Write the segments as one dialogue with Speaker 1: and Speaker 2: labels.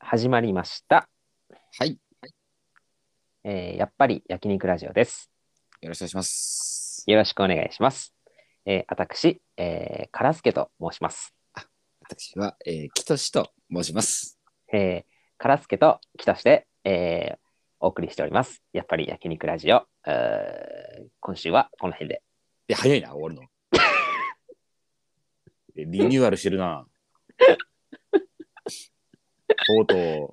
Speaker 1: 始まりました。
Speaker 2: はい。
Speaker 1: えーやっぱり焼肉ラジオです。
Speaker 2: よろしくお願いします。
Speaker 1: よろしくお願いします。えー私、えー、からすけと申します。
Speaker 2: 私は、えー、きとしと申します。
Speaker 1: えー、からすけときとして、えーお送りしております。やっぱり焼肉ラジオ。えー今週はこの辺で。
Speaker 2: いや、早いな、終わるの。 えリニューアルしてるな。とうとう、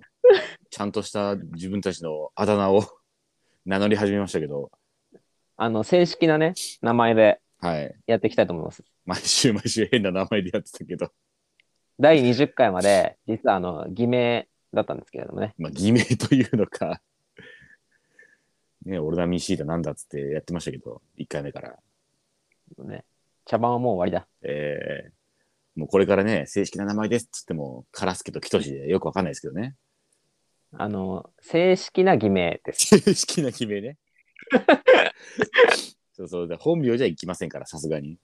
Speaker 2: ちゃんとした自分たちのあだ名を 名乗り始めましたけど、
Speaker 1: あの、正式なね、名前で
Speaker 2: はい。
Speaker 1: やっていきたいと思います。
Speaker 2: 毎週毎週変な名前でやってたけど、
Speaker 1: 第20回まで、実はあの、偽名だったんですけれどもね。
Speaker 2: まあ、偽名というのか、ね、オルナミンシータなんだっつってやってましたけど、1回目から。
Speaker 1: ね茶番はもう終わりだ。
Speaker 2: えー、もうこれからね、正式な名前ですっつっても、カラスケとキトシでよくわかんないですけどね。
Speaker 1: あの、正式な偽名です。
Speaker 2: 正式な決めね。 そうそう、だから本名じゃいきませんから、さすがに。
Speaker 1: い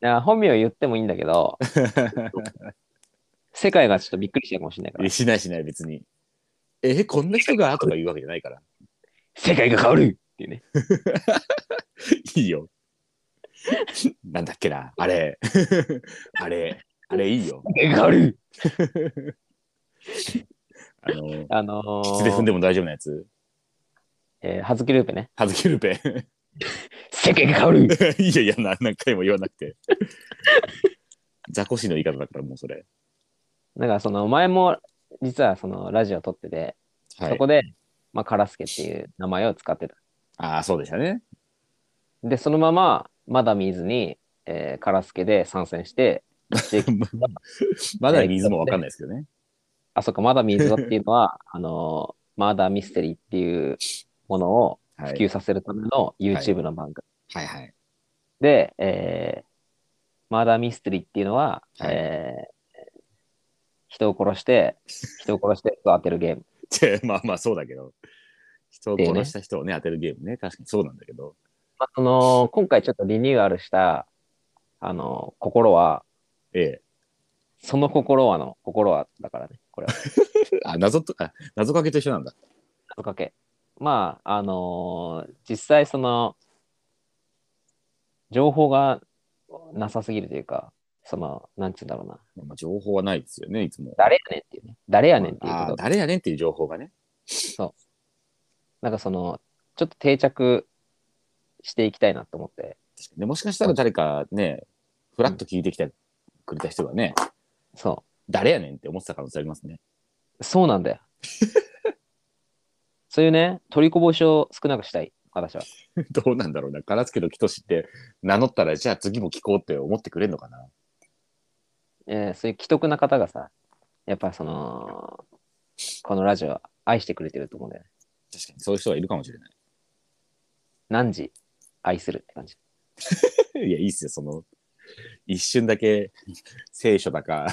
Speaker 1: や本名言ってもいいんだけど、 世界がちょっとびっくりしちゃうかもしれないから。
Speaker 2: しないしない、別に。え、こんな人がとか言うわけじゃないから。
Speaker 1: 世界が変わるっていうね。
Speaker 2: いいよ。なんだっけな、あれ。 あれ、あれいいよ。
Speaker 1: 世界が変わる
Speaker 2: あの、
Speaker 1: あの
Speaker 2: 口で踏ん
Speaker 1: ー、
Speaker 2: でも大丈夫なやつ。
Speaker 1: えー、葉月ルーペね。
Speaker 2: はずきルペ。
Speaker 1: 世界が変わる
Speaker 2: いやいやな、何回も言わなく て。ザコシの言い方だから、もうそれ。
Speaker 1: なんかその、前も実はそのラジオ撮ってて、
Speaker 2: は
Speaker 1: そ
Speaker 2: い
Speaker 1: こ。で、まあ、カラスケっていう名前を使ってた。
Speaker 2: ああ、そうでし たね。
Speaker 1: で、そのまま、まだ見ずに、えー、カラスケで参戦して、で
Speaker 2: まだ水もわかんないですけどね。
Speaker 1: あ、そっか、まだ見ずっていうのは、 あのー、マーダーミステリーっていうものを
Speaker 2: は
Speaker 1: 普
Speaker 2: い
Speaker 1: 及。させるための YouTube の番組。
Speaker 2: はいはい。
Speaker 1: で、えーマーダーミステリーっていうのは、
Speaker 2: はい
Speaker 1: えー人を殺して、人を殺して人を当てるゲーム。
Speaker 2: で まあまあそうだけど。人を殺した人をね、当てるゲームね。確かにそうなんだけど。
Speaker 1: まあ、その、今回ちょっとリニューアルした、あの、心は、
Speaker 2: え
Speaker 1: その心はの心はだからね、これは、
Speaker 2: え。あ、謎とか、謎かけと一緒なんだ。
Speaker 1: 謎かけ。 まあ、あのー実際その、情報がなさすぎるというか、その、なんて言うんだろうな、
Speaker 2: まあ、情報はないですよね、いつも。
Speaker 1: 誰やねんっていうね、誰やねんっていうこ
Speaker 2: あ
Speaker 1: と
Speaker 2: ー誰やねんっていう情報がね。
Speaker 1: なんかその、ちょっと定着していきたいなと思って。
Speaker 2: 確かにねもしかしたら誰かね、ふらっと聞いてきてくれた人がね、
Speaker 1: そ
Speaker 2: 誰やねんって思ってた可能性ありますね。
Speaker 1: う。そうなんだよ。 そういうね、取りこぼしを少なくしたい、私は。
Speaker 2: どうなんだろうな。カラスケとキトシって名乗ったら、じゃあ次も聞こうって思ってくれるのかな。
Speaker 1: えーそういう既得な方がさ、やっぱその、このラジオ愛してくれてると思うんだよね。
Speaker 2: 確かにそういう人がいるかもしれない。
Speaker 1: 何時愛するって感じ。
Speaker 2: いや、いいっすよ、その、一瞬だけ聖書だか、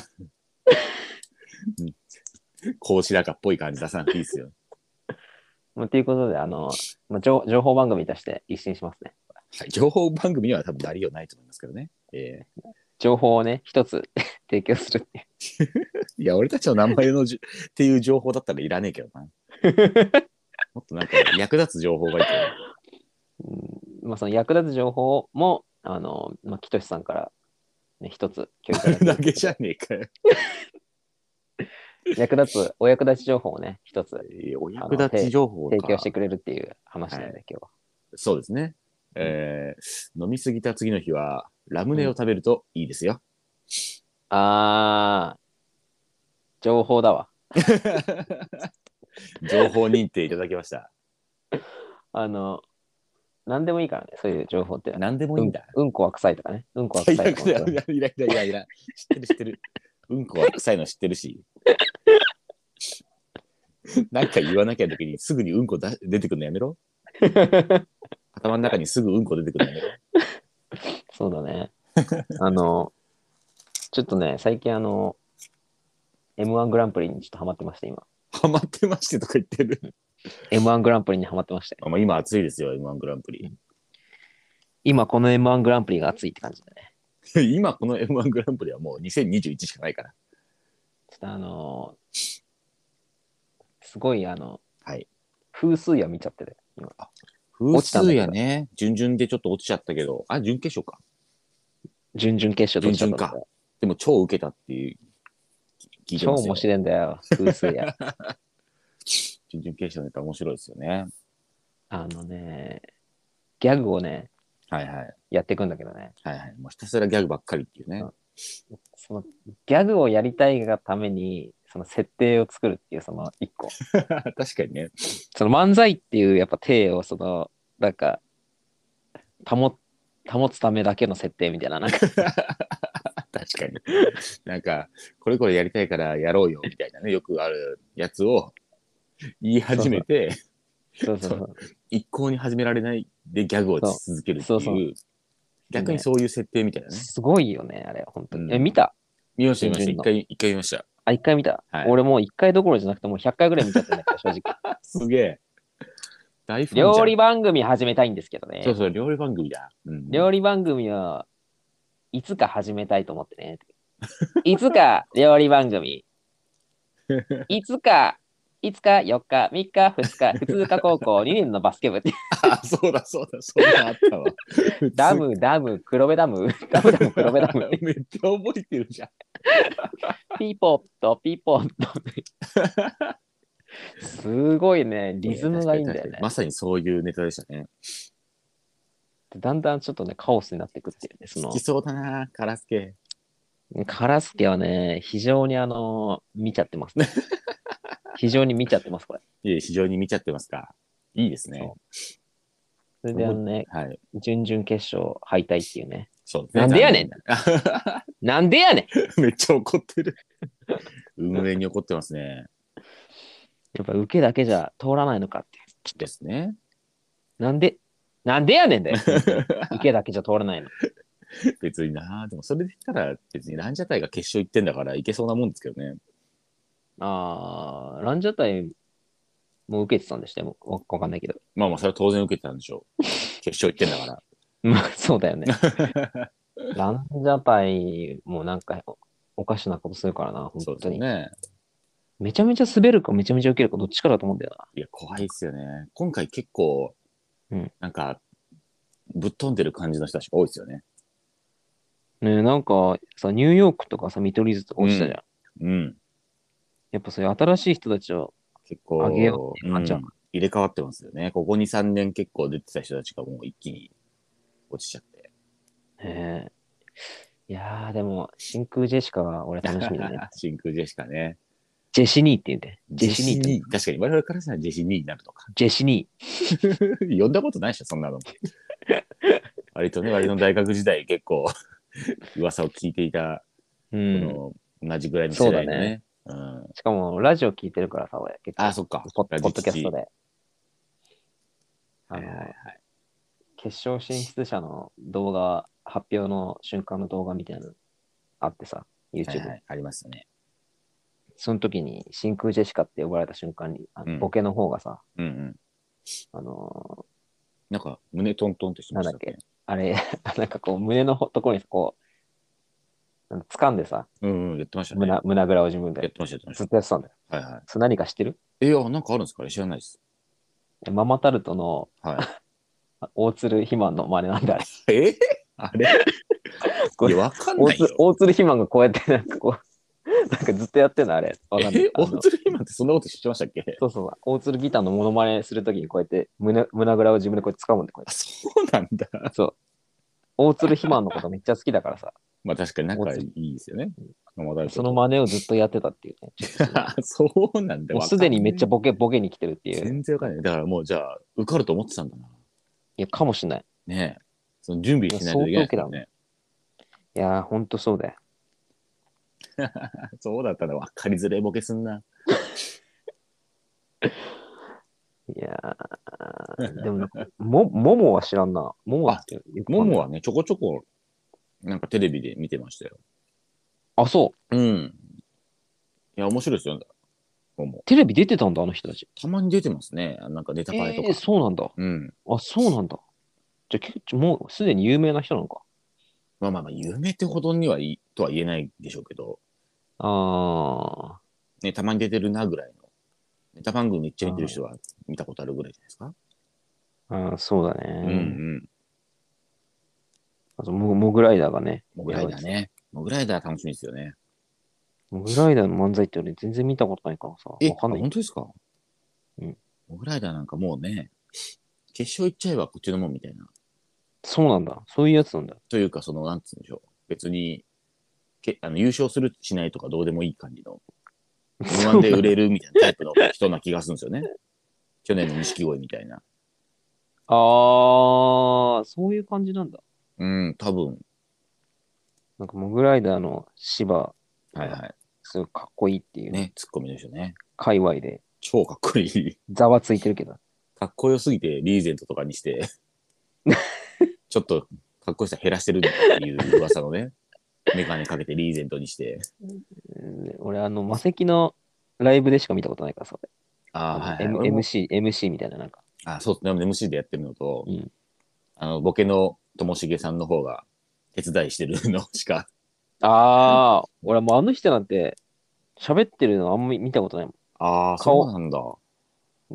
Speaker 2: 孔子だかっぽい感じ出さなくていいっすよ。
Speaker 1: まあ、ということで、あの、まあ、情情報番組として一新しますね。
Speaker 2: はい、情報番組には多分なりようないと思いますけどね。え
Speaker 1: 情報をね、一つ 提供するっていう。
Speaker 2: ーいや、俺たちの名前のじゅっていう情報だったらいらねえけどな。もっとなんか役立つ情報がいいけ
Speaker 1: うんまあ、その役立つ情報も、あの、まあ、きとしさんから、ね、一つ共有いただける
Speaker 2: ど投げじゃねえかよ。
Speaker 1: 役立つ、お役立ち情報をね、一つ
Speaker 2: えーお役立ち情報か
Speaker 1: 提供してくれるっていう話なんで、
Speaker 2: は
Speaker 1: 今日は。
Speaker 2: そうですね。えー飲みすぎた次の日はラムネを食べるといいですよ。
Speaker 1: あー、情報だわ。
Speaker 2: 情報認定いただきました。
Speaker 1: あの、何でもいいからね、そういう情報って。
Speaker 2: 何でも
Speaker 1: う
Speaker 2: いい
Speaker 1: ん
Speaker 2: んだ。
Speaker 1: うんこは臭いとかね。うんこは臭
Speaker 2: 最
Speaker 1: い
Speaker 2: 悪
Speaker 1: とか
Speaker 2: だよ。い。やいやいやいやいや、知ってる知ってる。うんこは臭いの知ってるし。なんか言わなきゃ時にすぐにうんこだ出てくるのやめろ。頭の中にすぐうんこ出てくるのやめろ。
Speaker 1: そうだね。あの、ちょっとね、最近あの、M1 グランプリにちょっとハマってまして、今。
Speaker 2: ハマってましてとか言ってる。
Speaker 1: M1 グランプリにハマってまして。
Speaker 2: あまあ、今暑いですよ、M1 グランプリ。
Speaker 1: 今この M1 グランプリが熱いって感じだね。
Speaker 2: 今この M1 グランプリはもう2021しかないから。
Speaker 1: ちょっとあの、すごい、あの、
Speaker 2: はい
Speaker 1: 風水屋見ちゃってて、今。
Speaker 2: 風水やね。準々でちょっと落ちちゃったけど、あ、準決勝か。
Speaker 1: 準々決勝どっちだったんだよ
Speaker 2: でも超受けたっていう、聞いて
Speaker 1: 超
Speaker 2: ますよ
Speaker 1: 面。白いんだよ、風水屋。
Speaker 2: 準々決勝のネタ面白いですよね。
Speaker 1: あのね、ギャグをね、
Speaker 2: はいはい。
Speaker 1: やっていくんだけどね。
Speaker 2: はいはい。もうひたすらギャグばっかりっていうね。
Speaker 1: うんそのギャグをやりたいがために、その設定を作るっていう、その一個。
Speaker 2: 確かにね。
Speaker 1: その漫才っていうやっぱ体を、その、なんか、保、保つためだけの設定みたいな、なん か、
Speaker 2: 確かに。なんか、これこれやりたいからやろうよみたいなね、よくあるやつを言い始めて、
Speaker 1: そうそうそう。
Speaker 2: 一向に始められないでギャグをし続けるって
Speaker 1: そうそうそ
Speaker 2: いう、逆にそういう設定みたいなね。
Speaker 1: すごいよね、あれ、本当
Speaker 2: うん
Speaker 1: に。え、見た
Speaker 2: 見ました、見ました。
Speaker 1: 準
Speaker 2: 一
Speaker 1: 々
Speaker 2: 回、一回見ました。
Speaker 1: あ、一回見た、
Speaker 2: はい
Speaker 1: 俺もう一回どころじゃなくて、もう100回ぐらい見ちゃったんだけど、正 直。
Speaker 2: すげえ。大ファンじゃん
Speaker 1: 料理番組始めたいんですけどね。
Speaker 2: そうそう、料理番組だ。うん、
Speaker 1: 料理番組はいつか始めたいと思ってね。いつか料理番 組。いつか、いつか4日、3日、2日、普通科高校2年のバスケ 部って。
Speaker 2: あ、そうだ、そうだ、そうだ、あったわ。
Speaker 1: ダ ム、ダム、黒部ダム、ダムダム、黒部ダム。
Speaker 2: めっちゃ覚えてるじゃん。
Speaker 1: ピーポッと、ピーポッと。 すごいね、リズムがいいんだよ
Speaker 2: 確かに確か
Speaker 1: ね
Speaker 2: に。まさにそういうネタでしたね。
Speaker 1: だんだんちょっとね、カオスになってくっていうね。そ
Speaker 2: 好きそうだな、カラスケ。
Speaker 1: の、カラスケはね、非常にあの、見ちゃって ますね。非常に見ちゃってます、これ。
Speaker 2: いえ非常に見ちゃってますか。いいですね。
Speaker 1: そうそれであのね、
Speaker 2: はい。
Speaker 1: 準々決勝敗退っていうね。
Speaker 2: そう
Speaker 1: なんでやねん
Speaker 2: 残念だ
Speaker 1: なんでやねん
Speaker 2: めっちゃ怒ってる。運営に怒ってますね。
Speaker 1: やっぱ受けだけじゃ通らないのかって。
Speaker 2: ですね。
Speaker 1: なんで、なんでやねんだ よ。受けだけじゃ通らないの。
Speaker 2: 別にな。でもそれで言ったら、別にランジャタイが決勝行ってんだから、いけそうなもんですけどね。
Speaker 1: あー、ランジャタイも受けてたんでしたよ。わわかんないけど。
Speaker 2: まあまあ、それは当然受けてたんでしょ う。決勝行ってんだから。
Speaker 1: まあ、そうだよ ね。ランジャタイもなんかおおかしなことするからな、本
Speaker 2: そうで
Speaker 1: 当
Speaker 2: す
Speaker 1: に。
Speaker 2: ね。
Speaker 1: めちゃめちゃ滑るか、めちゃめちゃ受けるか、どっちかだと思うんだよ
Speaker 2: いや、怖いですよね。今回結構、
Speaker 1: うん
Speaker 2: なんか、ぶっ飛んでる感じの人たちが多いですよね。
Speaker 1: な。ねえなんかさ、ニューヨークとかさ、見取り図とか落ちたじゃん。
Speaker 2: うん。
Speaker 1: やっぱそういう新しい人たちを、
Speaker 2: 結構、
Speaker 1: 上げようってなっちゃう
Speaker 2: うん入れ替わってますよね。ここ2、3年結構出てた人たちがもう一気に落ちちゃ って。
Speaker 1: ねえいやー、でも、真空ジェシカは俺楽しみだ ね。
Speaker 2: 真空ジェシカね。
Speaker 1: ジェシニーって言うんだよ。ジェシニーって言う。
Speaker 2: ー。確かに、我々からしたらジェシニーになるとか。
Speaker 1: ジェシニ
Speaker 2: 呼んだことないでしょ、そんな の。割とね、割と大学時代結構噂を聞いていた、
Speaker 1: ー。
Speaker 2: こ
Speaker 1: うん。
Speaker 2: の同じぐらいの世代のね。うん、
Speaker 1: しかも、ラジオ聞いてるからさ、俺、結構。
Speaker 2: あ、そっか。
Speaker 1: ポッ
Speaker 2: ラジ
Speaker 1: ポッ
Speaker 2: チ
Speaker 1: ド
Speaker 2: チ
Speaker 1: キャストで。あ
Speaker 2: はい
Speaker 1: の
Speaker 2: はいはい
Speaker 1: 決勝進出者の動画、発表の瞬間の動画みたいなのあってさ、YouTube
Speaker 2: はい
Speaker 1: で、
Speaker 2: はい、ありましたね。
Speaker 1: その時に真空ジェシカって呼ばれた瞬間に、あの
Speaker 2: うん
Speaker 1: ボケの方がさ、
Speaker 2: うんうん。
Speaker 1: あの
Speaker 2: なんか、胸トントンってしてましたね。
Speaker 1: ーあれ、 なんかこう、胸のところにこう、なんか掴んでさ、
Speaker 2: うんうん、やってましたね。
Speaker 1: 胸胸ぐらを自分
Speaker 2: やっ
Speaker 1: で
Speaker 2: てました、やってまし
Speaker 1: ずっとやってたんだよ。
Speaker 2: た。はいはい。
Speaker 1: それ何か知ってる
Speaker 2: え、いや、なんかあるんですかね知らないです。
Speaker 1: ママタルトの
Speaker 2: は
Speaker 1: あ 大鶴肥満の真似なんだあれ。
Speaker 2: い。え あれ
Speaker 1: こ
Speaker 2: いや、
Speaker 1: れ
Speaker 2: わかん
Speaker 1: 大
Speaker 2: ない
Speaker 1: 鶴
Speaker 2: よ。
Speaker 1: 大鶴肥満がこうやってなんかこう、なんかずっとやってんのあれ。わかんない
Speaker 2: え、
Speaker 1: あ
Speaker 2: 大
Speaker 1: の
Speaker 2: 鶴ひまってそんなことしてましたっけ
Speaker 1: そうそう、大鶴ギターのモノマネするときにこうやって胸胸ぐらを自分でこうやって掴むんで、こうや
Speaker 2: あ、
Speaker 1: って
Speaker 2: そうなんだ。
Speaker 1: 大鶴肥満のことめっちゃ好きだ からさ、
Speaker 2: まあ確かに仲いいですよね。まあ、
Speaker 1: その真似をずっとやってたっていうね。ちょっとね
Speaker 2: あ そうなんだ。
Speaker 1: もうすでにめっちゃ
Speaker 2: わ
Speaker 1: ボケ、ボケに来てるってい。
Speaker 2: かんないう全然わかんない。だからもうじゃあ、受かると思ってたんだな。
Speaker 1: いや、かもしんない。
Speaker 2: ねえ。その準備しないといけないですよね。
Speaker 1: いやー、ほんとそうだよ。
Speaker 2: そうだったら分かりづれえボケすんな。
Speaker 1: いやー、でもなん か、も、ももは知らんな。ももってよくわか
Speaker 2: も
Speaker 1: んない
Speaker 2: もはね、ちょこちょこ、なんかテレビで見てましたよ。
Speaker 1: あ、そう。
Speaker 2: うん。いや、面白いですよ。もも。
Speaker 1: テレビ出てたんだ、あの人たち。
Speaker 2: たまに出てますね。なんかネタパレとか。
Speaker 1: えーそうなんだ。
Speaker 2: うん。
Speaker 1: あ、そうなんだ。じゃあ、結構もうすでに有名な人なのか。
Speaker 2: まあまあまあ、有名ってほどにはいいとは言えないでしょうけど、
Speaker 1: あ
Speaker 2: ね、たまに出てるなぐらいのネ歌番組めっちゃ見てる人は見たことあるぐらいじゃないですか。
Speaker 1: うん、そうだ
Speaker 2: うんう
Speaker 1: ね。
Speaker 2: ん。
Speaker 1: あとモ、モグライダーがね。
Speaker 2: モグライダーね。モグライダー楽しみですよね。
Speaker 1: モグライダーの漫才って俺全然見たことないからさ。
Speaker 2: え、
Speaker 1: わかんな
Speaker 2: あ
Speaker 1: い
Speaker 2: 本。当ですか
Speaker 1: うん。
Speaker 2: モグライダーなんかもうね、決勝行っちゃえばこっちのもんみたいな。
Speaker 1: そうなんだ。そういうやつなんだ。
Speaker 2: というか、その、なんつうんでしょう。別に、けあの優勝するしないとかどうでもいい感じの、M1 で 売れるみたいなタイプの人な気がするんですよ ね。去年の錦鯉みたいな。
Speaker 1: あー、そういう感じなんだ。
Speaker 2: うん、多分。
Speaker 1: なんかモグライダーの芝、
Speaker 2: はいは
Speaker 1: すごいかっこいいってい
Speaker 2: い。
Speaker 1: う、
Speaker 2: ね、ツッコミの人ね。
Speaker 1: 界隈で
Speaker 2: 超かっこいい。
Speaker 1: ざわついてるけど。
Speaker 2: かっこよすぎてリーゼントとかに して、ちょっとかっこよさ減らしてるっていう噂のね、メガネかけてリーゼントにして、
Speaker 1: うん俺、あの、魔石のライブでしか見たことないからさ。
Speaker 2: ああ、はい、
Speaker 1: M
Speaker 2: 俺も
Speaker 1: MC、MC みたいな、なんか。
Speaker 2: あそうですね、MC でやってるのと、
Speaker 1: うん
Speaker 2: あの、ボケのともしげさんの方が手伝いしてるのしか、
Speaker 1: あー、俺もうあの人なんて、喋ってるのあんま見たことないも
Speaker 2: ああ、
Speaker 1: 顔
Speaker 2: そうなんだ。は
Speaker 1: ん。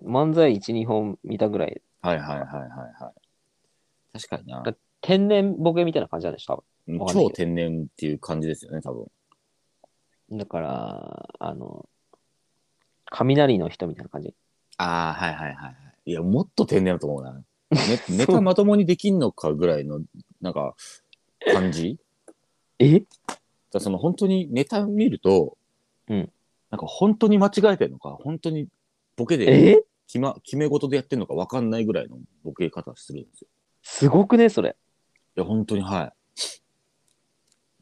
Speaker 1: 漫才1、2本見たぐらい。
Speaker 2: いはいはいはいはい。確かにな
Speaker 1: だ。天然ボケみたいな感じなんでしょ、多分。わかんないけど
Speaker 2: 超天然っていう感じですよね、多分。
Speaker 1: だから、あの、雷の人みたいな感じ。
Speaker 2: ああ、はいはいはいはい。いや、もっと天然だと思うな。 ね、ネタまともにできんのかぐらいの、なんか、感じ
Speaker 1: え
Speaker 2: だからその本当にネタ見ると、
Speaker 1: うん
Speaker 2: なんか本当に間違えてるのか、本当にボケで
Speaker 1: え
Speaker 2: 決,、ま、決め事でやってるのか分かんないぐらいのボケ方するんですよ。
Speaker 1: すごくね、それ。
Speaker 2: いや、本当には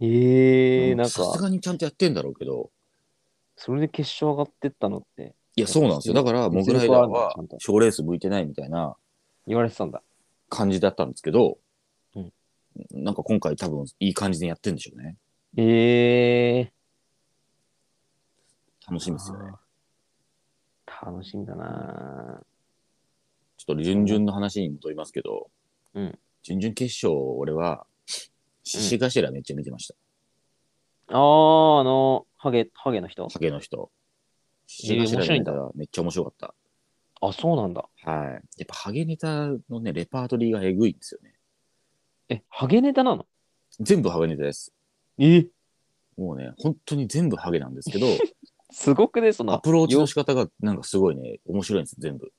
Speaker 2: い。
Speaker 1: ええ
Speaker 2: う
Speaker 1: なん
Speaker 2: さす
Speaker 1: か、
Speaker 2: がにちゃんとやってんだろうけど、
Speaker 1: それで決勝上がってったのって
Speaker 2: いや、そうなんですよ。だから、モグライダーは賞レース向いてないみたいな
Speaker 1: 言われてたんだ。
Speaker 2: 感じだったんですけど、
Speaker 1: うん
Speaker 2: なんか今回多分いい感じでやってんでしょうね。
Speaker 1: ええ
Speaker 2: 楽しみですよね。
Speaker 1: 楽しみだな
Speaker 2: ちょっと準々の話に戻りますけど、
Speaker 1: うん
Speaker 2: 準々決勝、俺は、獅子頭めっちゃ見てました。
Speaker 1: あー、あの、ハゲ、ハゲの人
Speaker 2: ハゲの人。
Speaker 1: えー
Speaker 2: 獅子頭のネタがめっちゃ面白かった。
Speaker 1: あ、そうなんだ。
Speaker 2: はい。やっぱハゲネタのね、レパートリーがえぐいんですよね。
Speaker 1: え、ハゲネタなの
Speaker 2: 全部ハゲネタです。
Speaker 1: え
Speaker 2: もうね、本当に全部ハゲなんです けど、
Speaker 1: すごくね、その、
Speaker 2: アプローチの
Speaker 1: よ
Speaker 2: 仕方がなんかすごいね、面白いんです、全部。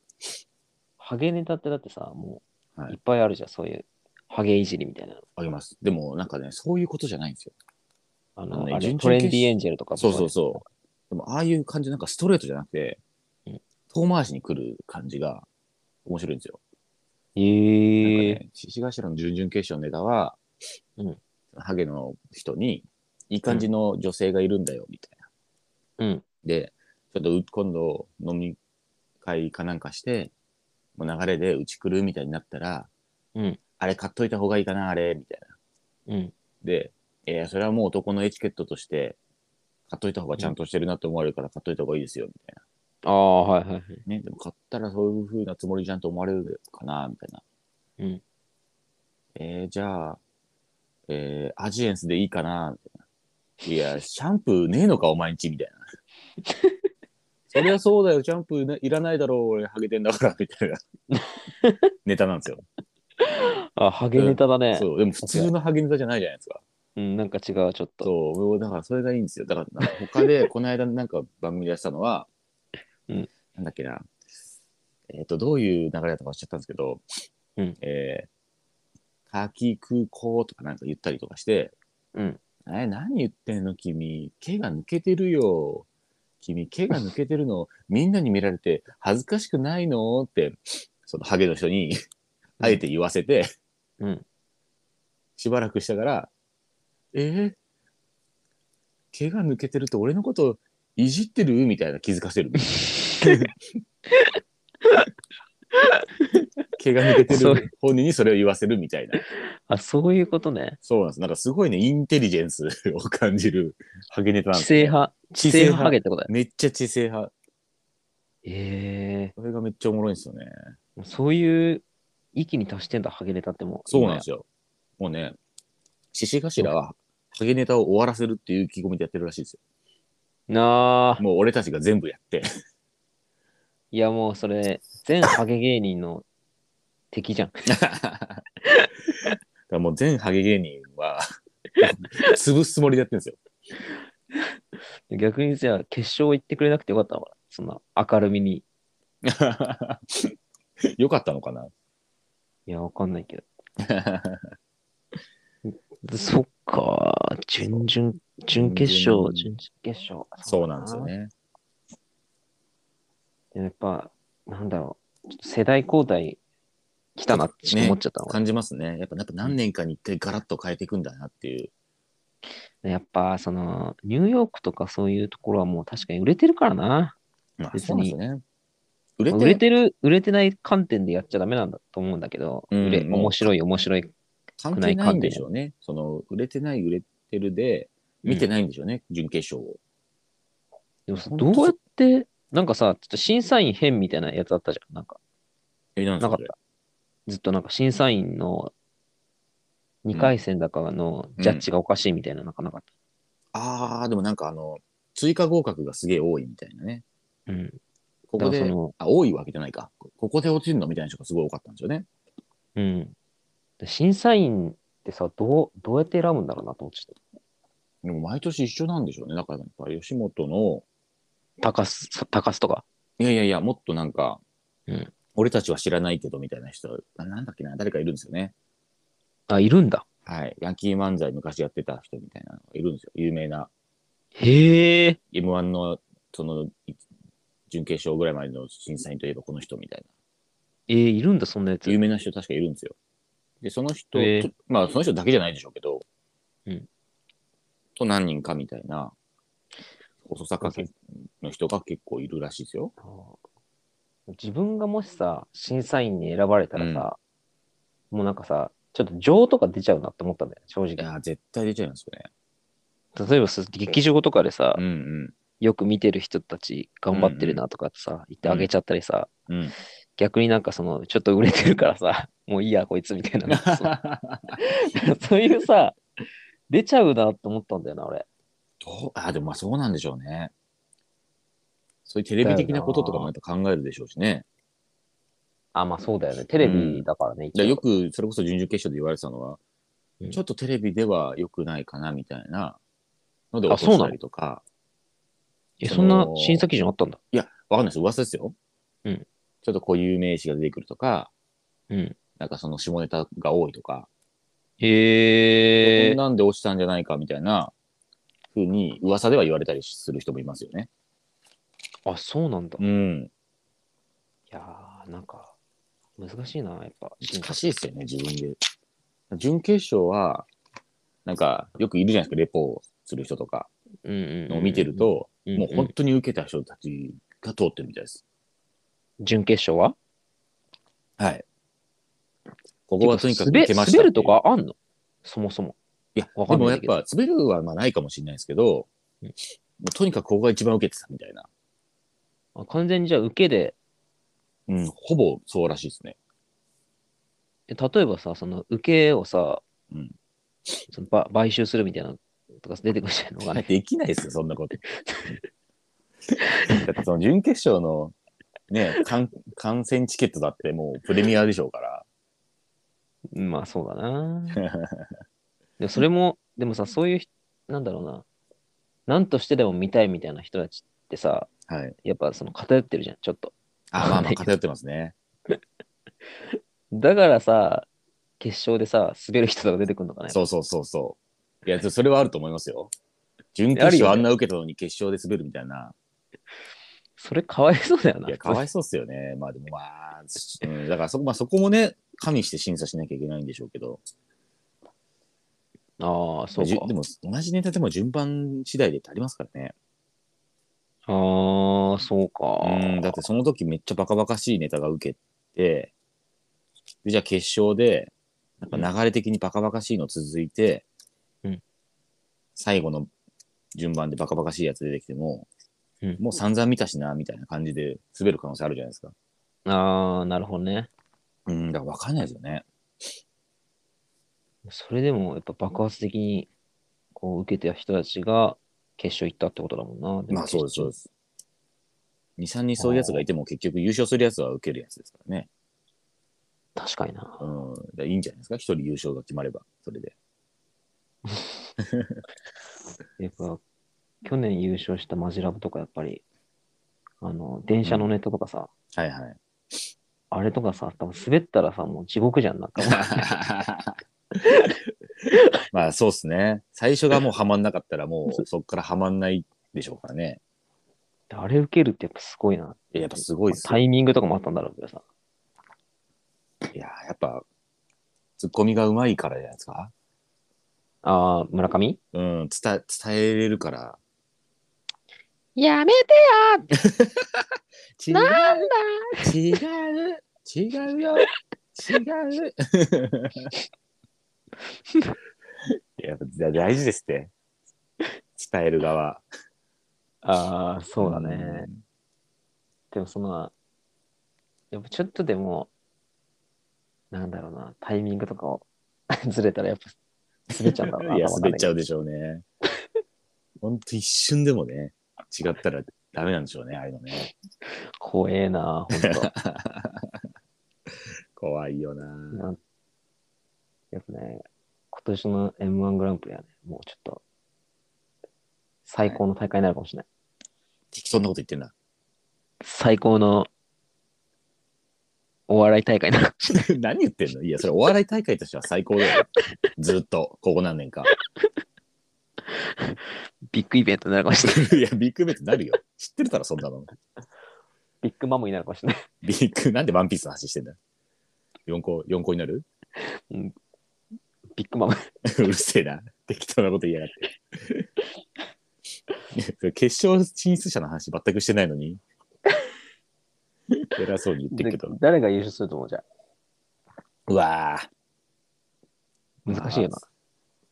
Speaker 1: ハゲネタってだってさ、もう、
Speaker 2: はい
Speaker 1: い、っぱいあるじゃん、そういう、ハゲいじりみたいなの。
Speaker 2: あげます。でもなんかね、そういうことじゃないんですよ。
Speaker 1: あ
Speaker 2: あの
Speaker 1: の、
Speaker 2: ね
Speaker 1: あれ
Speaker 2: 準々決
Speaker 1: トレンディエンジェルとかも
Speaker 2: そうそうそう。でもああいう感じ、なんかストレートじゃなくて
Speaker 1: うん、
Speaker 2: 遠回しに来る感じが面白いんですよ。
Speaker 1: う。
Speaker 2: なんか
Speaker 1: ええ
Speaker 2: ね、獅子頭の準々決勝のネタは、
Speaker 1: うん
Speaker 2: ハゲの人に、いい感じの女性がいるんだよ、みたいな。
Speaker 1: うん。
Speaker 2: で、ちょっとう今度飲み会かなんかして、もう流れでうち来るみたいになったら、
Speaker 1: うん
Speaker 2: あれ買っといた方がいいかな、あれ、みたいな。
Speaker 1: うん。
Speaker 2: で、えーそれはもう男のエチケットとして、買っといた方がちゃんとしてるなって思われるから買っといた方がいいですよ、みたいな。
Speaker 1: ああ、はいはいはい。
Speaker 2: ね、でも買ったらそういう風なつもりじゃんと思われるかな、みたいな。
Speaker 1: うん。
Speaker 2: えー、じゃあ、えー、アジエンスでいいかな、みたいな。いや、シャンプーねえのか、お前んち、みたい な。そりゃそうだよ、シャンプー、ね、いらないだろう、俺、ハゲてんだから、みた いな。ネタなんですよ。
Speaker 1: あ、ハゲネタだね。
Speaker 2: そう、でも普通のハゲネタじゃないじゃないですか。
Speaker 1: うん、なんか違う、ちょっと。
Speaker 2: そう、もうだからそれがいいんですよ。だから、なんか他 で、この間なんか番組でやってたのは、
Speaker 1: うん
Speaker 2: なんだっけな、えっ、と、どういう流れだったかおっしゃったんですけど、
Speaker 1: うん
Speaker 2: えー、夏季空港とかなんか言ったりとかして、
Speaker 1: うん。
Speaker 2: え、何言ってんの君。毛が抜けてるよ。君、毛が抜けてるの、みんなに見られて恥ずかしくないのって、そのハゲの人に、あえて言わせて、
Speaker 1: うん。
Speaker 2: しばらくしたから、えー、毛が抜けてると俺のこといじってるみたいな気づかせる。毛が抜けて
Speaker 1: そう
Speaker 2: る本人にそれを言わせるみたいな。
Speaker 1: あ、そういうことね。
Speaker 2: そうなんです。なんかすごいね、インテリジェンスを感じるハゲネタなん
Speaker 1: 知
Speaker 2: です
Speaker 1: 性
Speaker 2: よ
Speaker 1: 派。知性派ハゲってことだよ。
Speaker 2: めっちゃ知性派。
Speaker 1: え
Speaker 2: それがめっちゃおもろいんですよね。
Speaker 1: えそういう域に達してんだ、ハゲネタってもう。
Speaker 2: そうなんですよ。もうね、獅子頭は、ハゲネタを終わらせるっていう意気込みでやってるらしいですよ。
Speaker 1: なあ、
Speaker 2: もう俺たちが全部やって、
Speaker 1: いや、もうそれ、全ハゲ芸人の敵じゃん。
Speaker 2: だからもう全ハゲ芸人は潰すつもりでやってるんですよ。
Speaker 1: 逆にじゃあ、決勝行ってくれなくてよかったのかな。そんな明るみに。
Speaker 2: よかったのかな
Speaker 1: いや、わかんないけど。そっか、準々、準決勝、準々
Speaker 2: 準
Speaker 1: 決勝。
Speaker 2: そうなんですよね。
Speaker 1: でもやっぱ、なんだろう、ちょっと世代交代来たなってちょっと思っちゃったの、
Speaker 2: 感じますね。やっぱやっぱ何年かに一回ガラッと変えていくんだなっていう。
Speaker 1: やっぱ、その、ニューヨークとかそういうところはもう確かに売れてるからな。
Speaker 2: まあ、
Speaker 1: 別に
Speaker 2: そうなんですよね。
Speaker 1: ま
Speaker 2: 売れ
Speaker 1: あ
Speaker 2: て
Speaker 1: 売れてる、売れてない観点でやっちゃダメなんだと思うんだけど、
Speaker 2: うん
Speaker 1: 売れ
Speaker 2: もう
Speaker 1: 面白い、面白い。
Speaker 2: 関係ないんでしょうね。その売れてない売れてるで見てないんでしょうね、準決勝を。
Speaker 1: でもさ
Speaker 2: ほん
Speaker 1: ど
Speaker 2: と
Speaker 1: うやって、なんかさ、ちょっと審査員編みたいなやつあったじゃん。なんか、
Speaker 2: え、なんで
Speaker 1: な
Speaker 2: す
Speaker 1: か
Speaker 2: か
Speaker 1: っ
Speaker 2: それ
Speaker 1: た。ずっとなんか審査員の2回戦だからのジャッジがおかしいみたいな、なんかなかっ
Speaker 2: あー、でもなんかあの、追加合格がすげえ多いみたいなね。
Speaker 1: た。うん。
Speaker 2: ここ
Speaker 1: だから
Speaker 2: で
Speaker 1: その、
Speaker 2: あ、多いわけじゃないか。こここで落ちるのみたいな人がすごい多かったんですよね。
Speaker 1: うん。で審査員ってさ、どう、どうやって選ぶんだろうなと思っちゃった。
Speaker 2: でも毎年一緒なんでしょうね。だからやっぱ吉本の、
Speaker 1: 高須、高須とか。
Speaker 2: いやいやいや、もっとなんか、
Speaker 1: うん
Speaker 2: 俺たちは知らないけどみたいな人、ななんだっけな、誰かいるんですよね。
Speaker 1: あ、いるんだ。
Speaker 2: はい。ヤンキー漫才昔やってた人みたいなのがいるんですよ。有名な。
Speaker 1: へえ。
Speaker 2: M1 の、その、い準決勝ぐらいまでの審査員といえばこの人みたい
Speaker 1: えー、いるんだ、そんなやつ
Speaker 2: な。有。名な人確かいるんですよ。で、その人、
Speaker 1: へえ
Speaker 2: とまあその人だけじゃないでしょうけど、
Speaker 1: うん
Speaker 2: と何人かみたいな、細坂家の人が結構いるらしいですよ。
Speaker 1: 自分がもしさ、審査員に選ばれたらさ、もうなんかさ、ちょっと情とか出ちゃうなって思ったんだよね、正
Speaker 2: い
Speaker 1: 直。
Speaker 2: やー、絶対出ちゃいますよね。
Speaker 1: 例えばさ劇場とかでさ、
Speaker 2: うん
Speaker 1: よく見てる人たち頑張ってるなとかってさ、言ってあげちゃったりさ、
Speaker 2: うん。うん。
Speaker 1: 逆になんかその、ちょっと売れてるからさ、もういいや、こいつみたいな。その そういうさ、出ちゃうなって思ったんだよな、俺。
Speaker 2: どうあ、でもまあそうなんでしょうね。そういうテレビ的なこととかもやっぱ考えるでしょうしね。
Speaker 1: あ、まあそうだよね。テレビだからね、
Speaker 2: だから
Speaker 1: 一応
Speaker 2: よく、それこそ準々決勝で言われてたのは、
Speaker 1: うん
Speaker 2: ちょっとテレビでは良くないかなみたいなので
Speaker 1: あ
Speaker 2: 落としたりとか、
Speaker 1: え、
Speaker 2: そ
Speaker 1: そんな
Speaker 2: の
Speaker 1: 審査基準あったんだ。
Speaker 2: いや、わかんないです。噂ですよ。
Speaker 1: うん
Speaker 2: ちょっとこういう名詞が出てくるとか、
Speaker 1: うん。
Speaker 2: なんかその下ネタが多いとか、
Speaker 1: へ
Speaker 2: こんなんで落ちたんじゃないかみたいなふうに噂では言われたりする人もいますよね。
Speaker 1: あ、そうなんだ。い
Speaker 2: うん。
Speaker 1: やー、なんか、難しいな、やっぱ。審査
Speaker 2: 難しいですよね、自分で。準決勝は、なんかよくいるじゃないですか、レポをする人とか
Speaker 1: うんうんう
Speaker 2: の
Speaker 1: ん
Speaker 2: を見てる、と、
Speaker 1: んん
Speaker 2: もう本当に受けた人たちが通ってるみたいです。
Speaker 1: 準決勝は
Speaker 2: はい。ここはとにかく
Speaker 1: 滑
Speaker 2: 受けましたっていう
Speaker 1: 滑るとかあんのそもそも。
Speaker 2: いや、
Speaker 1: わか
Speaker 2: で
Speaker 1: ん
Speaker 2: も
Speaker 1: な
Speaker 2: や
Speaker 1: い
Speaker 2: っ
Speaker 1: けど
Speaker 2: ぱ、滑るはまあないかもしれないですけど、
Speaker 1: うん
Speaker 2: もうとにかくここが一番受けてたみたいな。
Speaker 1: あ完全にじゃあ受けで、
Speaker 2: うん、ほぼそうらしいですね。
Speaker 1: え例えばさ、その受けをさ、
Speaker 2: うん
Speaker 1: そのば買収するみたいなのとか出てくるじゃんのかね。
Speaker 2: できないですよ、そん なこと。だってその準決勝の、ね、観観戦チケットだってもうプレミアでしょうから。
Speaker 1: まあそうだ な。でもそれも、でもさ、そういうひ、なんだろうな、なんとしてでも見たいみたいな人たちってさ、
Speaker 2: はい。
Speaker 1: やっぱその偏ってるじゃん、ちょっと。
Speaker 2: あ、まあまあ偏ってますね。
Speaker 1: だからさ、決勝でさ、滑る人とか出てくるのかね。
Speaker 2: そうそうそうそう。いや、そそれはあると思いますよ。準決勝あんな受けたのに決勝で滑るみたいな。
Speaker 1: それかわいそうだよな。
Speaker 2: いや、かわいそうっすよね。まあでもまあ、うん、だからそこ、まあそこもね、加味して審査しなきゃいけないんでしょうけど。
Speaker 1: ああ、そう
Speaker 2: じゅ
Speaker 1: か
Speaker 2: で。も、同じネタでも順番次第でってありますからね。
Speaker 1: ああ、そうか。
Speaker 2: うん、だってその時めっちゃバカバカしいネタが受けて、で、じゃあ決勝で、なんか流れ的にバカバカしいの続いて、
Speaker 1: うん
Speaker 2: 最後の順番でバカバカしいやつ出てきても、
Speaker 1: うん
Speaker 2: もう散々見たしな、みたいな感じで滑る可能性あるじゃないですか。
Speaker 1: ああ、なるほどね。
Speaker 2: うん、だから分かんないですよね。
Speaker 1: それでもやっぱ爆発的にこう受けてた人たちが決勝行ったってことだもんな。
Speaker 2: まあそうです、そうです。 2、3人そういうやつがいても結局優勝するやつは受けるやつですからね。
Speaker 1: 確かにな。
Speaker 2: うん。だからいいんじゃないですか。一人優勝が決まれば、それで。
Speaker 1: やっぱ、去年優勝したマジラブとか、やっぱり、あの、電車のネットとかさ、
Speaker 2: はいはい。
Speaker 1: あれとかさ、多分滑ったらさ、もう地獄じゃん、なんか。
Speaker 2: まあそうっすね。最初がもうハマんなかったらもうそっからハマんないでしょうからね。
Speaker 1: あれ受けるってやっぱすごいな。
Speaker 2: いややっぱすごいっすよ
Speaker 1: タイミングとかもあったんだろうけどさ。
Speaker 2: いやー、やっぱ、ツッコミがうまいからじゃないですか。
Speaker 1: ああ、村上
Speaker 2: うん、伝え伝えれるから。
Speaker 1: やめて
Speaker 2: 違う
Speaker 1: なんだ
Speaker 2: 違う違うよ違ういややっぱだ大事ですって。伝える側。
Speaker 1: ああ、そうだね。でもその、やっぱちょっとでも、なんだろうな、タイミングとかを ずれたらやっぱ滑っちゃうんだろう
Speaker 2: う
Speaker 1: な。
Speaker 2: ん。いや、
Speaker 1: 頭の中
Speaker 2: 滑っちゃうでしょうね。ほんと一瞬でもね、違ったらダメなんでしょうね、ああいうのね。
Speaker 1: 怖えな、ほんと。
Speaker 2: 怖いよな。
Speaker 1: なんやっぱね、今年の M1 グランプリはね、もうちょっと、最高の大会になるかもしれない。
Speaker 2: 適当なこと言ってんな。
Speaker 1: 最高の、お笑い大会になるかもしれない。
Speaker 2: 何言ってんのいや、それお笑い大会としては最高だよ。ずっと、ここ何年か。
Speaker 1: ビッグイベントになるかもしれない。
Speaker 2: いや、ビッグイベントになるよ。知ってるから、そんなの。
Speaker 1: ビッグマムになるかもしれない。
Speaker 2: ビッグ、なんでワンピースの話してんだよ。4個、四個になる
Speaker 1: ビッグマム。
Speaker 2: うるせえな。適当なこと言いやがって。 それ決勝進出者の話全くしてないのに。 偉そうに言ってるけど
Speaker 1: で。誰が優勝すると思うじゃ
Speaker 2: うわぁ。
Speaker 1: ん。難しいよな。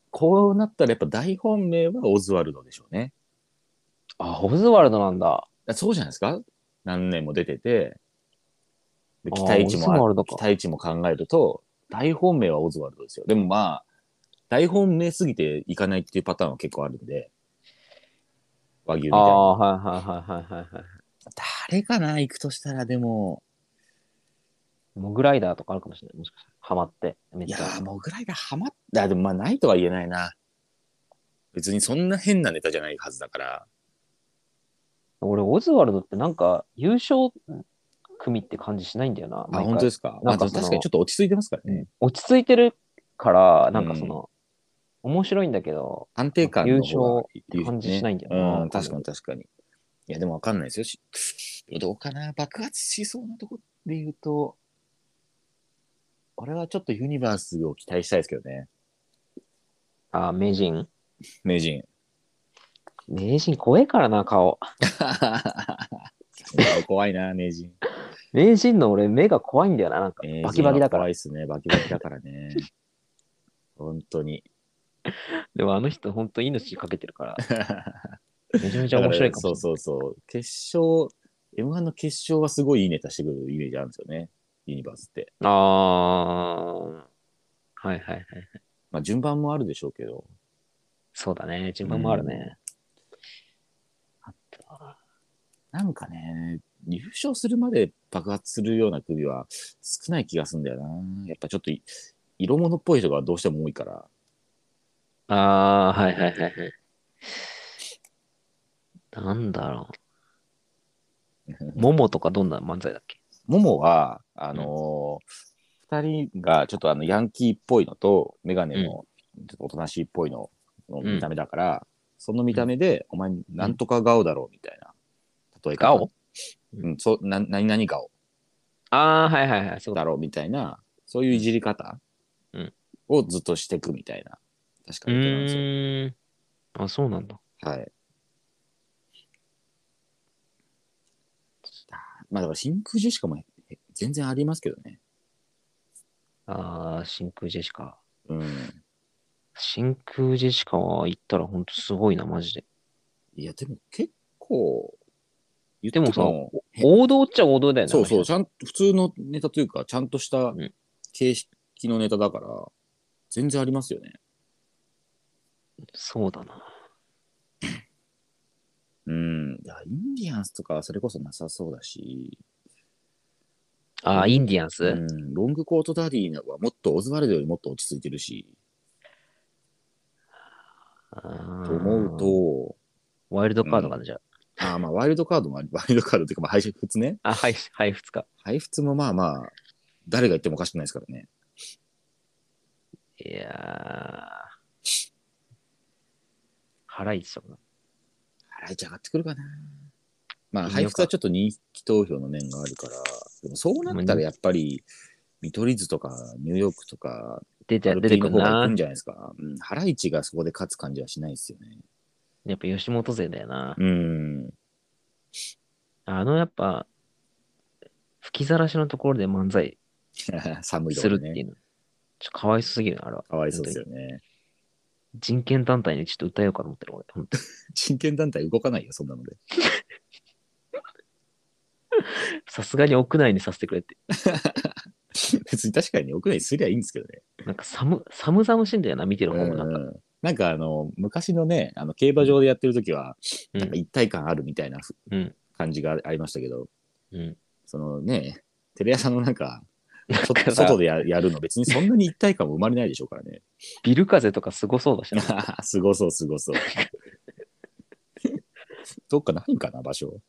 Speaker 2: こうなったらやっぱ大本命はオズワルドでしょうね。
Speaker 1: あ、オズワルドなんだ。
Speaker 2: あそうじゃないですか何年も出てて、で
Speaker 1: あー
Speaker 2: 期待値
Speaker 1: オズワ
Speaker 2: も
Speaker 1: ル
Speaker 2: あ
Speaker 1: ド
Speaker 2: 期
Speaker 1: か
Speaker 2: 待値も考えると、大本命はオズワルドですよ。でもまあ、大本命すぎていかないっていうパターンは結構あるんで、和牛みた
Speaker 1: あ
Speaker 2: いな。
Speaker 1: あ、はいはいはいはいはいはい。
Speaker 2: 誰かな行くとしたらでも、
Speaker 1: モグライダーとかあるかもしれない。もしかしたら。ハマって。めっ
Speaker 2: い
Speaker 1: ち
Speaker 2: や
Speaker 1: ゃ。
Speaker 2: ー、モグライダーハマった。あでもまあ、ないとは言えないな。別にそんな変なネタじゃないはずだから。
Speaker 1: 俺、オズワルドってなんか優勝組って感じしないんだよな。
Speaker 2: あ、
Speaker 1: 毎回
Speaker 2: 本当ですか。
Speaker 1: な
Speaker 2: まあ、
Speaker 1: んか
Speaker 2: 確
Speaker 1: その
Speaker 2: かにちょっと落ち着いてますからね。
Speaker 1: 落ち着いてるから、なんかその、面白いんだけど、
Speaker 2: 安定感の方が
Speaker 1: 優勝って感じしないんだよな
Speaker 2: ねうん、確かに確かに。いや、でもわかんないですよし。どうかな爆発しそうなとこで言うと、俺はちょっとユニバースを期待したいですけどね。
Speaker 1: あ、名人
Speaker 2: 名人。
Speaker 1: 名人怖えからな、顔。
Speaker 2: 怖いな、名人。
Speaker 1: 名人の俺、目が怖いんだよな。なんか
Speaker 2: 名人、は
Speaker 1: バキバキだか
Speaker 2: 怖
Speaker 1: ら
Speaker 2: い。っすね。バキバキだからね。 本当に。
Speaker 1: でもあの人、本当命かけてるから、
Speaker 2: だか
Speaker 1: めちゃめちゃ
Speaker 2: ら
Speaker 1: 面白いか
Speaker 2: そ
Speaker 1: も
Speaker 2: う
Speaker 1: しれ
Speaker 2: そうそう。決勝、M1 の決勝はすごいいいネタしてくるイメージあるんですよね。ユニバースって。
Speaker 1: ない。あー。はいはいはい。
Speaker 2: まあ順番もあるでしょうけど。
Speaker 1: そうだね。順番もあるね。あとは
Speaker 2: なんかね、優勝するまで爆発するような首は少ない気がするんだよな。やっぱちょっとい色物っぽい人がどうしても多いから。
Speaker 1: あ ー、はいはいはいはい。なんだろう。モモとかどんな漫才だっけ
Speaker 2: ももは、あのー二、人がちょっとあのヤンキーっぽいのと、メガネのちょっとおとなしいっぽいのの見た目だから、その見た目で、お前なんとか顔だろうみたいな。例え方
Speaker 1: ガオ
Speaker 2: うん、そう、な、何々顔
Speaker 1: あー、はいはいはい。そうだ。
Speaker 2: だろうみたいな、そういういじり方
Speaker 1: うん
Speaker 2: をずっとしていくみたいな。確か
Speaker 1: う
Speaker 2: になんですよ。
Speaker 1: ーん。あ、そうなんだ。
Speaker 2: はい。まあだから真空ジェシカもへ全然ありますけどね。
Speaker 1: あー、真空ジェシカ。
Speaker 2: うん。
Speaker 1: 真空ジェシカは行ったらほんとすごいな、マジで。
Speaker 2: いや、でも結構、言っ
Speaker 1: でもさ
Speaker 2: もへ
Speaker 1: 王道っちゃ王道だよね。
Speaker 2: そうそう、
Speaker 1: あの人
Speaker 2: ちゃん普通のネタというか、ちゃんとした
Speaker 1: ん
Speaker 2: 形式のネタだから、全然ありますよね。
Speaker 1: そうだな。
Speaker 2: うん。いや、インディアンスとかはそれこそなさそうだし、
Speaker 1: ああ、インディアンス、
Speaker 2: うん、ロングコートダディはもっとオズワルドよりもっと落ち着いてるし、
Speaker 1: ああ
Speaker 2: と思う
Speaker 1: ワイルドカードかな、じゃ
Speaker 2: と、あーまあ、ワイルドカードもあり、ワイルドカードっていうか、まあ、配布普通ね。
Speaker 1: あ。あ、はい、はい、2日。
Speaker 2: 配布もまあまあ、誰が言ってもおかしくないですからね。
Speaker 1: いやー。腹いっちゃうな。
Speaker 2: 払いち上がってくるかな。まあ、
Speaker 1: いい
Speaker 2: 配
Speaker 1: のか
Speaker 2: 布はちょっと人気投票の面があるから、でもそうなったらやっぱり、見取り図とかニューヨークとか、
Speaker 1: 出て、
Speaker 2: アル
Speaker 1: 出
Speaker 2: ピ
Speaker 1: て
Speaker 2: ー
Speaker 1: く
Speaker 2: の
Speaker 1: る
Speaker 2: 方が行
Speaker 1: な
Speaker 2: くん。じゃないですか。うん、ハライチがそこで勝つ感じはしないですよね。
Speaker 1: やっぱ吉本勢だよな。
Speaker 2: うん。
Speaker 1: あの、やっぱ、吹きざらしのところで漫才
Speaker 2: 寒いと
Speaker 1: す
Speaker 2: こ
Speaker 1: る
Speaker 2: ろ
Speaker 1: っていう
Speaker 2: ね。
Speaker 1: の。ちょっとかわいそうすぎるな、あれは。
Speaker 2: かわいそうですよね。
Speaker 1: 人権団体にちょっと訴えようかと思ってる、俺。本当に
Speaker 2: 人権団体動かないよ、そんなので。
Speaker 1: さすがに屋内にさせてくれって。
Speaker 2: 別に確かに屋内すりゃいいんですけどね。
Speaker 1: なんか寒、寒々しいんだよな、見てる
Speaker 2: う
Speaker 1: 方もなんか。
Speaker 2: んなんかあの、昔のね、あの競馬場でやってる時は、
Speaker 1: うん
Speaker 2: なんか一体感あるみたいなふ
Speaker 1: うん。
Speaker 2: 感じがありましたけど、
Speaker 1: うん。
Speaker 2: そのね、テレ朝のなんか、
Speaker 1: なん
Speaker 2: そ
Speaker 1: かさ
Speaker 2: 外、でややるの別にそんなに一体感も生まれないでしょうからね。
Speaker 1: ビル風とかすごそうだしな。
Speaker 2: すごそう、すごそう。 どっかないんかな、場所。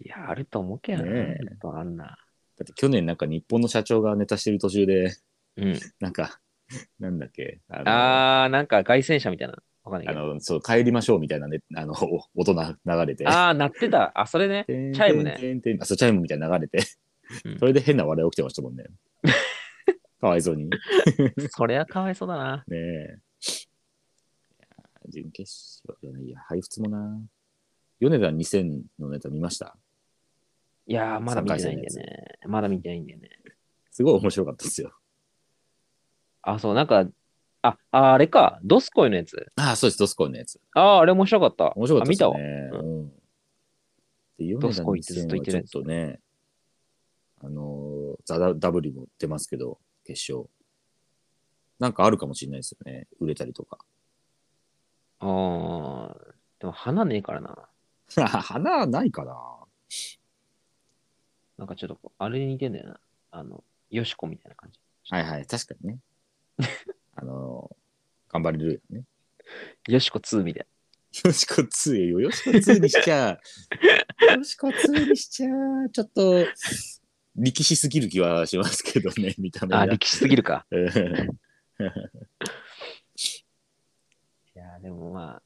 Speaker 1: いや、あると思うけどな。
Speaker 2: ねえ
Speaker 1: やっぱあんな。
Speaker 2: だって去年なんか日本の社長がネタしてる途中で、
Speaker 1: うん。
Speaker 2: なんか、なんだっけ、あの、
Speaker 1: あー、なんか凱旋車みたいな。わかんない
Speaker 2: あ
Speaker 1: けど。
Speaker 2: のそう帰りましょうみたいなね、あの、お音が流れて。
Speaker 1: あー、鳴ってた。あ、それね。
Speaker 2: てん
Speaker 1: チャイムね
Speaker 2: てんてんてんあそう、チャイムみたいなの流れて
Speaker 1: うん。
Speaker 2: それで変な笑い起きてましたも んね。かわいそうに。ね
Speaker 1: それはかわいそうだな。
Speaker 2: え。いや準決勝じゃないや、配布もな。米田2000のネタ見ました
Speaker 1: いやー、まだ見てないんだよね。まだ見てないんだよね。
Speaker 2: すごい面白かったですよ。
Speaker 1: あ、そう、なんか、あ、ああれか。ドスコイのやつ。
Speaker 2: ああ、そうです、ドスコイのやつ。
Speaker 1: ああ、あれ面白かった。
Speaker 2: 面白かったです
Speaker 1: あ
Speaker 2: ね。
Speaker 1: 見たわ。
Speaker 2: うん。で、ヨ
Speaker 1: ドスコイってずっと言ってるやつ
Speaker 2: ちょっとね、あのーザ・ダブリも出ますけど、決勝。なんかあるかもしれないですよね。売れたりとか。
Speaker 1: ああ、でも花ねえからな。
Speaker 2: 花ないかな
Speaker 1: なんかちょっとこう、あれに似てんだよな。あの、よしこみたいな感じ。
Speaker 2: はいはい、確かにね。 あのー頑張れるよね。
Speaker 1: よしこ2みたい
Speaker 2: よしこ2よ。よしこ2にしちゃ、よしこ2にしちゃ、ちょっと、力士すぎる気はしますけど ね、見た目
Speaker 1: な。
Speaker 2: が。
Speaker 1: あ、力士すぎるか。
Speaker 2: うん
Speaker 1: いやー、でもま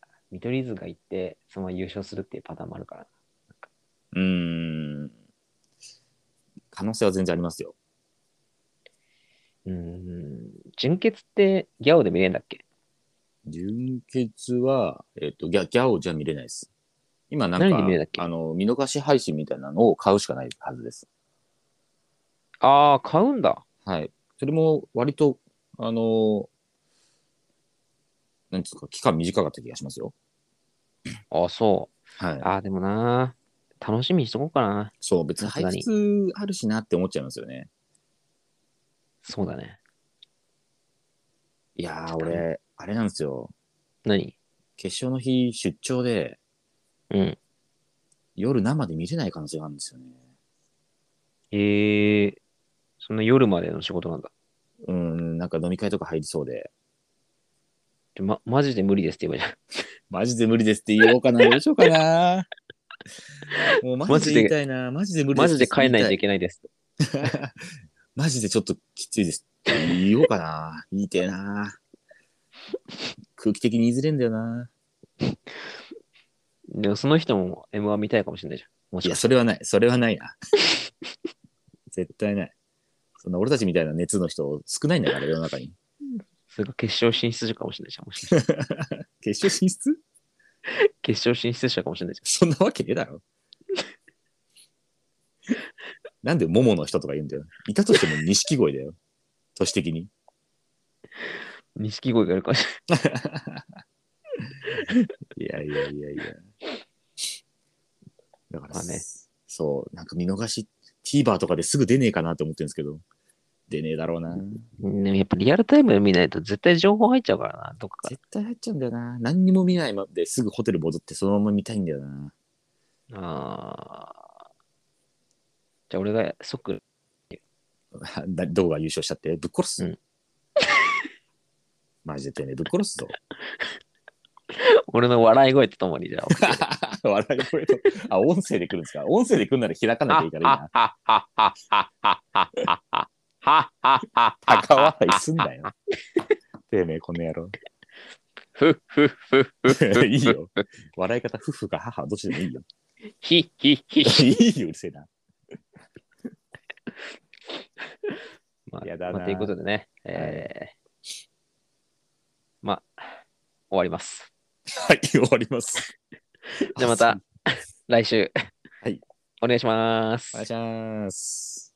Speaker 1: あ、見取り図が行って、そのまま優勝するっていうパターンもあるから。
Speaker 2: うーん。可能性は全然ありますよ。
Speaker 1: うーん、純潔ってギャオで見れんだっけ
Speaker 2: 純血は、えっ、と、ギャ、ギャオじゃ見れないです。今なん
Speaker 1: 何で
Speaker 2: か
Speaker 1: 見れるんだっ、け
Speaker 2: あの、見逃し配信みたいなのを買うしかないはずです。
Speaker 1: ああ、買うんだ。
Speaker 2: はい。それも割と、あのーなんていうんですか、期間短かった気がしますよ。
Speaker 1: ああ、そう。
Speaker 2: はい。
Speaker 1: ああ、でもなー、楽しみにしとこうかな。
Speaker 2: そう、別に
Speaker 1: さすがに
Speaker 2: 配布あるしなって思っちゃいますよね。
Speaker 1: そうだね。
Speaker 2: いやー、俺、あれなんですよ。
Speaker 1: 何
Speaker 2: 決勝の日、出張で、
Speaker 1: うん。
Speaker 2: 夜生で見れない可能性があるんですよね。
Speaker 1: ええー、その夜までの仕事なんだ。
Speaker 2: うん、なんか飲み会とか入りそうで。
Speaker 1: ちょま、マジで無理ですって言えばいいじゃん
Speaker 2: マジで無理ですって言おうかな、どうしようか な。もうマジで言いたいな、マジで無理で
Speaker 1: マ
Speaker 2: す
Speaker 1: ジ
Speaker 2: って
Speaker 1: で
Speaker 2: 言
Speaker 1: 帰
Speaker 2: い
Speaker 1: ん
Speaker 2: た
Speaker 1: ないといけないです。
Speaker 2: マジでちょっときついですって言おうかな。言いてえな。空気的に言いずれんだよな。
Speaker 1: でもその人も M1 見たいかもしれないじゃん。も
Speaker 2: い
Speaker 1: し
Speaker 2: や、
Speaker 1: かし
Speaker 2: それはない。それはない な。絶対ない。そんな俺たちみたいな熱の人少ないんだから、世の中に。
Speaker 1: それが決勝進出者かもしれないじゃん。もしかして
Speaker 2: 決勝進出
Speaker 1: 決勝進出者かもしれないじ
Speaker 2: そんなわけねえだろ。なんで桃の人とか言うんだよ。いたとしても錦鯉だよ。都市的に。
Speaker 1: ゃん。錦鯉がいるかもしれ
Speaker 2: いやいやいやいや。だから
Speaker 1: まあね
Speaker 2: そう、なんか見逃し、TVer とかですぐ出ねえかなって思ってるんですけど、出ねえだろうな。
Speaker 1: でもやっぱリアルタイムで見ないと絶対情報入っちゃうからな、どっかか
Speaker 2: 絶対入っちゃうんだよな。何にも見ないままですぐホテル戻ってそのまま見たいんだよな。
Speaker 1: ら。あーじゃあ俺が即、
Speaker 2: だ動画優勝しちゃってぶっ殺すぞ。
Speaker 1: うん
Speaker 2: マジでてめえぶっ殺すぞ。
Speaker 1: 俺の笑い声とともにじゃあ。
Speaker 2: 笑い声と。あ、音声で来るんですか音声で来るなら開かなきゃいいからいいな。
Speaker 1: はははははははははははは
Speaker 2: 高笑いすんなよ。てめえこの野郎。
Speaker 1: ふっふっふっふっふっふっ
Speaker 2: いいよ。笑い方、夫婦か母、どっちでもいいよ。
Speaker 1: ひひひ
Speaker 2: いいよ、うるせえな。
Speaker 1: まあ、
Speaker 2: やだな
Speaker 1: まあということでね、えーまあ、終わります。
Speaker 2: はい、終わります。
Speaker 1: じゃあまた
Speaker 2: あ
Speaker 1: 来週、
Speaker 2: はい、
Speaker 1: お願いします
Speaker 2: お願い。します。